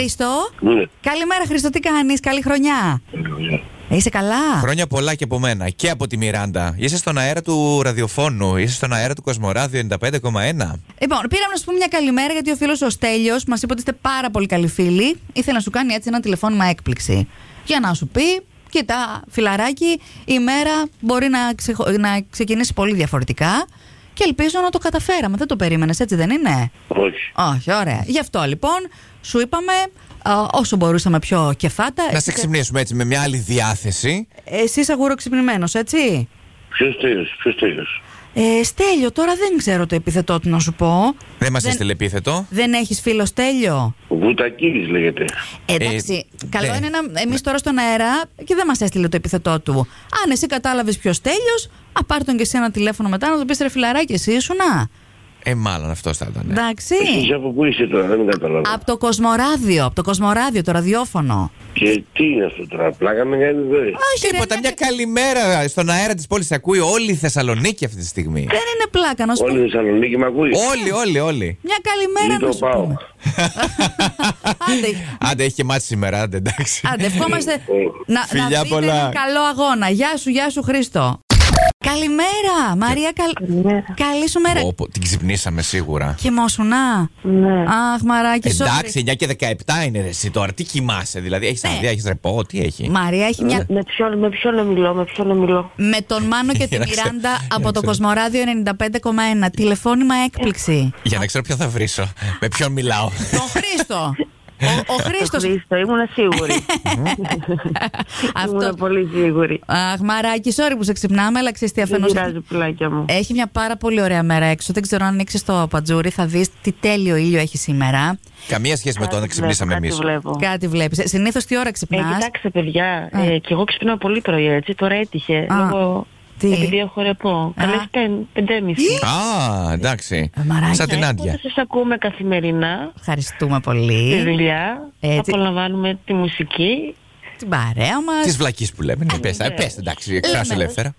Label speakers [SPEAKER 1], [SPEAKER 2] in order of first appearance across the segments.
[SPEAKER 1] Χρήστο.
[SPEAKER 2] Ναι.
[SPEAKER 1] Καλημέρα, Χρήστο, τι κάνεις, καλή χρονιά. Είσαι καλά.
[SPEAKER 3] Χρόνια πολλά και από μένα και από τη Μιράντα. Είσαι στον αέρα του ραδιοφώνου, είσαι στον αέρα του Κοσμοράδιο 95,1.
[SPEAKER 1] Λοιπόν, πήραμε να σου πούμε μια καλημέρα γιατί ο φίλος ο Στέλιος μας είπε ότι είστε πάρα πολύ καλοί φίλοι. Ήθελε να σου κάνει έτσι ένα τηλεφώνημα έκπληξη. Για να σου πει, κοιτά, φιλαράκι, η μέρα μπορεί να, ξεχω- να ξεκινήσει πολύ διαφορετικά και ελπίζω να το καταφέραμε. Δεν το περίμενες, έτσι δεν είναι.
[SPEAKER 2] Όχι.
[SPEAKER 1] Όχι, ωραία. Γι' αυτό λοιπόν σου είπαμε α, όσο μπορούσαμε πιο κεφάτα.
[SPEAKER 3] Να σε ξυπνήσουμε έτσι με μια άλλη διάθεση.
[SPEAKER 1] Εσύ είσαι αγουροξυπνημένος, έτσι.
[SPEAKER 2] Ποιος τέλειο, ποιο τέλειο.
[SPEAKER 1] Ε, Στέλιο, τώρα δεν ξέρω το επιθετό του να σου πω.
[SPEAKER 3] Δεν μας
[SPEAKER 1] Δεν-
[SPEAKER 3] έστειλε επίθετο.
[SPEAKER 1] Δεν έχεις φίλο, Στέλιο.
[SPEAKER 2] Βουτακίδης λέγεται.
[SPEAKER 1] Ε, εντάξει,
[SPEAKER 3] Ε,
[SPEAKER 1] καλό
[SPEAKER 3] ναι.
[SPEAKER 1] είναι να. Εμείς τώρα στον αέρα και δεν μας έστειλε το επιθετό του. Αν εσύ κατάλαβες ποιος Στέλιος, απάρ τον και εσύ ένα τηλέφωνο μετά να του πεις ρε φιλαράκι, εσύ ήσουνα.
[SPEAKER 3] Ε, μάλλον αυτός θα ήταν.
[SPEAKER 1] Εντάξει.
[SPEAKER 2] Εσύ από πού είσαι τώρα, δεν καταλαβαίνω.
[SPEAKER 1] Από το Κοσμοράδιο, από το Κοσμοράδιο, το ραδιόφωνο.
[SPEAKER 2] Και τι είναι αυτό τώρα, πλάκα με κάνει δε.
[SPEAKER 1] Όχι, ρε, ναι,
[SPEAKER 3] Τίποτα,
[SPEAKER 1] δεν
[SPEAKER 3] μια
[SPEAKER 1] είναι-
[SPEAKER 3] καλημέρα στον αέρα της πόλης. Ακούει όλη η Θεσσαλονίκη αυτή τη στιγμή.
[SPEAKER 1] Δεν είναι πλάκα, να σου
[SPEAKER 2] Όλη
[SPEAKER 1] πω.
[SPEAKER 2] η Θεσσαλονίκη με ακούει.
[SPEAKER 3] Όλοι, όλοι, όλοι.
[SPEAKER 1] Μια καλημέρα
[SPEAKER 2] Μην
[SPEAKER 1] να
[SPEAKER 2] το
[SPEAKER 1] σου
[SPEAKER 2] πάω.
[SPEAKER 1] πούμε. Άντε,
[SPEAKER 3] Άντε, έχει και μάτι σήμερα, άντε, εντάξει.
[SPEAKER 1] Άντε, ευχόμαστε
[SPEAKER 2] Ε,
[SPEAKER 1] να, να
[SPEAKER 3] Φιλιά
[SPEAKER 1] δείτε
[SPEAKER 3] πολλά.
[SPEAKER 1] έναν καλό αγώνα. Γεια σου, γεια σου Χρήστο. Καλημέρα, Μαρία. Καλ...
[SPEAKER 4] Καλημέρα.
[SPEAKER 1] Καλή σου μέρα.
[SPEAKER 3] Πω, πω, την ξυπνήσαμε σίγουρα.
[SPEAKER 1] Χυμόσουνα.
[SPEAKER 4] Ναι.
[SPEAKER 1] Αχ, μαράκι, sorry.
[SPEAKER 3] Εντάξει, 9 και 17 είναι ρε, εσύ τώρα. Τι κοιμάσαι, δηλαδή. Έχεις
[SPEAKER 1] Ναι.
[SPEAKER 3] άδεια, έχεις ρεπό, τι έχει.
[SPEAKER 1] Μαρία έχει μια.
[SPEAKER 4] Με ποιον, με ποιον να μιλώ, με ποιον να μιλώ.
[SPEAKER 1] Με τον Μάνο και
[SPEAKER 3] Για
[SPEAKER 1] την
[SPEAKER 3] να ξέρω,
[SPEAKER 1] Μιράντα
[SPEAKER 3] για
[SPEAKER 1] από
[SPEAKER 3] να
[SPEAKER 1] το
[SPEAKER 3] ξέρω.
[SPEAKER 1] Κοσμοράδιο 95,1. Τηλεφώνημα έκπληξη.
[SPEAKER 3] Για να ξέρω ποιον θα βρίσω. Με ποιον μιλάω.
[SPEAKER 1] Το Χρήστο. Ο, ο
[SPEAKER 4] Το
[SPEAKER 1] Χρήστος.
[SPEAKER 4] Ναι. Χρήστο, ήμουν σίγουρη.
[SPEAKER 1] Αυτό.
[SPEAKER 4] Ήμουν πολύ σίγουρη.
[SPEAKER 1] Αχ, μαράκι, sorry που σε ξυπνάμε, αλλά ξέρεις τι
[SPEAKER 4] Δεν
[SPEAKER 1] αφενό.
[SPEAKER 4] πειράζει πουλάκια μου.
[SPEAKER 1] Έχει μια πάρα πολύ ωραία μέρα έξω. Δεν ξέρω αν ανοίξεις το πατζούρι, θα δεις τι τέλειο ήλιο έχει σήμερα.
[SPEAKER 3] Καμία σχέση με το
[SPEAKER 4] Κάτι
[SPEAKER 3] αν ξυπνήσαμε
[SPEAKER 4] βλέπω,
[SPEAKER 3] εμεί.
[SPEAKER 4] Ναι, κάτι βλέπω.
[SPEAKER 1] Ναι, Κάτι βλέπεις. Συνήθως τι ώρα
[SPEAKER 4] Ε,
[SPEAKER 1] ξυπνάς.
[SPEAKER 4] κοιτάξτε, παιδιά, ε, και εγώ ξυπνάω πολύ πρωί, έτσι. Τώρα έτυχε.
[SPEAKER 1] Α,
[SPEAKER 4] λόγω...
[SPEAKER 1] τι?
[SPEAKER 4] Επειδή έχω ρεπό. Καλές πεν- πεντέμιση.
[SPEAKER 3] Α, εντάξει.
[SPEAKER 1] Ε, μαράκια.
[SPEAKER 3] Σαν την
[SPEAKER 4] Οπότε
[SPEAKER 3] άντια.
[SPEAKER 4] σας ακούμε καθημερινά
[SPEAKER 1] Ευχαριστούμε
[SPEAKER 4] στη
[SPEAKER 1] πολύ.
[SPEAKER 4] δουλειά.
[SPEAKER 1] Έτσι.
[SPEAKER 4] Απολαμβάνουμε τη μουσική.
[SPEAKER 1] Την παρέα μας.
[SPEAKER 3] Τη βλακή που λέμε. Ναι, πες, ε, πες, εντάξει, εκφράσου
[SPEAKER 1] Λέμε.
[SPEAKER 3] ελεύθερα.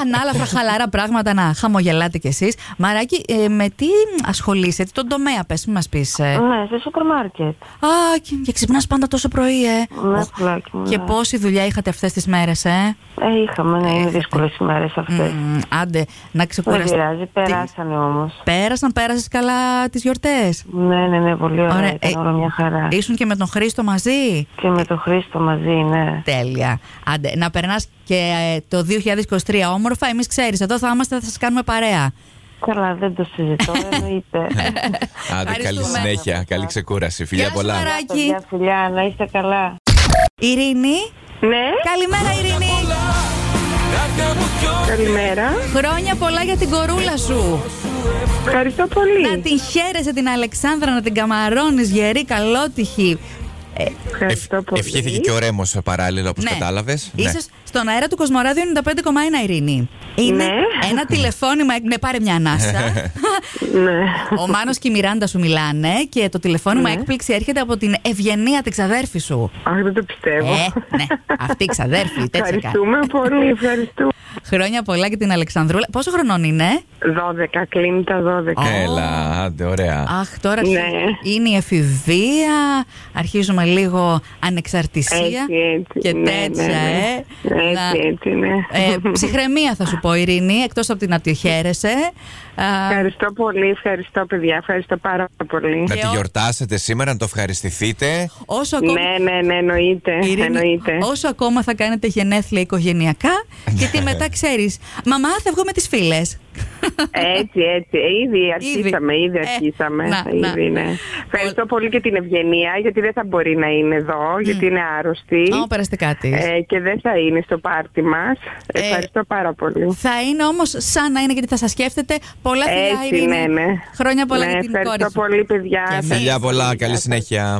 [SPEAKER 1] Ανάλαφρα χαλαρά πράγματα να χαμογελάτε κι εσείς. Μαράκι, ε, με τι ασχολείσαι, τι τον τομέα πες, μην μας πεις.
[SPEAKER 4] Ναι, σε σούπερ
[SPEAKER 1] ε.
[SPEAKER 4] μάρκετ.
[SPEAKER 1] Α, και, και ξυπνάς πάντα τόσο πρωί, ε.
[SPEAKER 4] Ναι,
[SPEAKER 1] Οχ,
[SPEAKER 4] πουλάκι μου.
[SPEAKER 1] και
[SPEAKER 4] ναι.
[SPEAKER 1] πόση δουλειά είχατε αυτές τις μέρες, ε.
[SPEAKER 4] Ε, είχαμε, ναι, είναι δύσκολε ημέρε αυτές.
[SPEAKER 1] Μμμ, άντε, να
[SPEAKER 4] Δεν
[SPEAKER 1] ξεκουραστεί.
[SPEAKER 4] πειράζει, περάσανε όμως.
[SPEAKER 1] Πέρασαν, πέρασες καλά τις γιορτές.
[SPEAKER 4] Ναι, ναι, ναι, πολύ ωραία.
[SPEAKER 1] Ωραία,
[SPEAKER 4] Ήταν
[SPEAKER 1] ε,
[SPEAKER 4] όλα μια χαρά.
[SPEAKER 1] Ήσουν και με τον Χρήστο μαζί.
[SPEAKER 4] Και με τον Χρήστο μαζί, ναι.
[SPEAKER 1] Τέλεια. Άντε, να περνάς και ε, το 2023 όμορφα. Εμείς ξέρεις, εδώ θα είμαστε, θα σας κάνουμε παρέα.
[SPEAKER 4] Καλά, δεν το συζητώ, εννοείται.
[SPEAKER 1] Ναι.
[SPEAKER 3] Άντε, καλή
[SPEAKER 1] Ευχαριστούμε.
[SPEAKER 3] συνέχεια. Καλή ξεκούραση. Φιλιά
[SPEAKER 1] Γεια σου,
[SPEAKER 3] πολλά.
[SPEAKER 1] Μαράκι.
[SPEAKER 4] Παιδιά, φιλιά, να είστε καλά.
[SPEAKER 1] Ειρήνη.
[SPEAKER 4] Ναι,
[SPEAKER 1] Καλημέρα, Ειρήνη.
[SPEAKER 4] καλημέρα.
[SPEAKER 1] Χρόνια πολλά για την κορούλα σου.
[SPEAKER 4] Ευχαριστώ
[SPEAKER 1] Να
[SPEAKER 4] πολύ.
[SPEAKER 1] την χαίρεσαι την Αλεξάνδρα, να την καμαρώνεις γερή, καλότυχη. Ε,
[SPEAKER 4] Ευχαριστώ πολύ.
[SPEAKER 3] Ευχήθηκε και ο Ρέμος παράλληλα, Ναι. όπω κατάλαβες.
[SPEAKER 1] Ναι. Ίσως στον αέρα του Κοσμοράδιο 95,1 Ειρήνη. Είναι
[SPEAKER 4] Ναι.
[SPEAKER 1] ένα τηλεφώνημα. εκ- Ναι, πάρε μια ανάσα.
[SPEAKER 4] Ναι.
[SPEAKER 1] Ο Μάνος και η Μιράντα σου μιλάνε και το τηλεφώνημα έκπληξη έρχεται από την Ευγενία, την ξαδέρφη σου.
[SPEAKER 4] Αχ, δεν το πιστεύω.
[SPEAKER 1] Ε, ναι, αυτή η ξαδέρφη, τέτοια
[SPEAKER 4] Ευχαριστούμε πολύ, ευχαριστούμε.
[SPEAKER 1] Χρόνια πολλά και την Αλεξανδρούλα. Πόσο χρονών είναι,
[SPEAKER 4] 12, κλείνει τα 12.
[SPEAKER 3] Έλα, άντε, ωραία.
[SPEAKER 1] Αχ, τώρα
[SPEAKER 4] Ναι.
[SPEAKER 1] αρχίζει- είναι η εφηβεία. Αρχίζουμε λίγο ανεξαρτησία.
[SPEAKER 4] Έτσι, έτσι.
[SPEAKER 1] και
[SPEAKER 4] ναι, ναι,
[SPEAKER 1] τέτοια,
[SPEAKER 4] ναι.
[SPEAKER 1] ε. Να-
[SPEAKER 4] Έτσι, έτσι, ναι.
[SPEAKER 1] ε, ψυχραιμία θα σου πω, Ειρήνη, εκτός από την να τη χαίρεσαι. Α,
[SPEAKER 4] Ευχαριστώ πολύ, ευχαριστώ παιδιά, ευχαριστώ πάρα πολύ.
[SPEAKER 3] Να
[SPEAKER 1] και
[SPEAKER 3] τη
[SPEAKER 1] ο-
[SPEAKER 3] γιορτάσετε σήμερα, να το ευχαριστηθείτε.
[SPEAKER 1] όσο ακόμα.
[SPEAKER 4] Ναι, ναι, ναι, εννοείται.
[SPEAKER 1] Ειρήνη,
[SPEAKER 4] εννοείται. Ναι.
[SPEAKER 1] όσο ακόμα θα κάνετε γενέθλια οικογενειακά, γιατί μετά ξέρεις, μαμά φεύγω με τις φίλες.
[SPEAKER 4] Έτσι, έτσι. Ε, Ήδη αρχίσαμε, ήδη,
[SPEAKER 1] Ε,
[SPEAKER 4] αρχίσαμε.
[SPEAKER 1] να,
[SPEAKER 4] ήδη,
[SPEAKER 1] να.
[SPEAKER 4] ναι. Ευχαριστώ πολύ και την Ευγενία, γιατί δεν θα μπορεί να είναι εδώ, γιατί είναι άρρωστη.
[SPEAKER 1] Ω, περαστικά της.
[SPEAKER 4] Ε, και δεν θα είναι στο πάρτι μας.
[SPEAKER 1] Ε,
[SPEAKER 4] Ευχαριστώ πάρα πολύ.
[SPEAKER 1] Θα είναι όμως σαν να είναι γιατί θα σας σκέφτεται πολλά φιλιά
[SPEAKER 4] Έτσι,
[SPEAKER 1] Ειρήνη.
[SPEAKER 4] ναι, ναι.
[SPEAKER 1] Χρόνια πολλά
[SPEAKER 4] ναι,
[SPEAKER 1] για την κόρη
[SPEAKER 4] ευχαριστώ
[SPEAKER 1] σου.
[SPEAKER 4] πολύ, παιδιά.
[SPEAKER 1] Και εμείς.
[SPEAKER 3] Φιλιά πολλά, καλή συνέχεια.